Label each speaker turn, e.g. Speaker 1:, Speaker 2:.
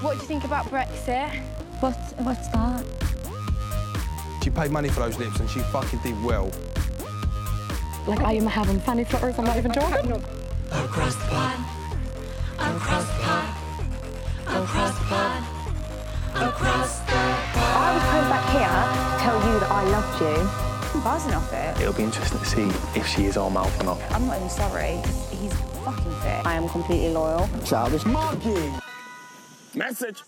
Speaker 1: What do you think about Brexit?
Speaker 2: What, what's that?
Speaker 3: She paid money for those lips and she fucking did well.
Speaker 4: Like I am having fanny flutters. I'm not even joking.
Speaker 5: Across the pond, across the pond, across the pond, across the
Speaker 6: I would come back here, tell you that I loved you. I'm buzzing off it.
Speaker 7: It'll be interesting to see if she is all mouth or not.
Speaker 6: I'm not even sorry. He's fucking fit. I am completely loyal.
Speaker 8: Childish monkey.
Speaker 9: Message.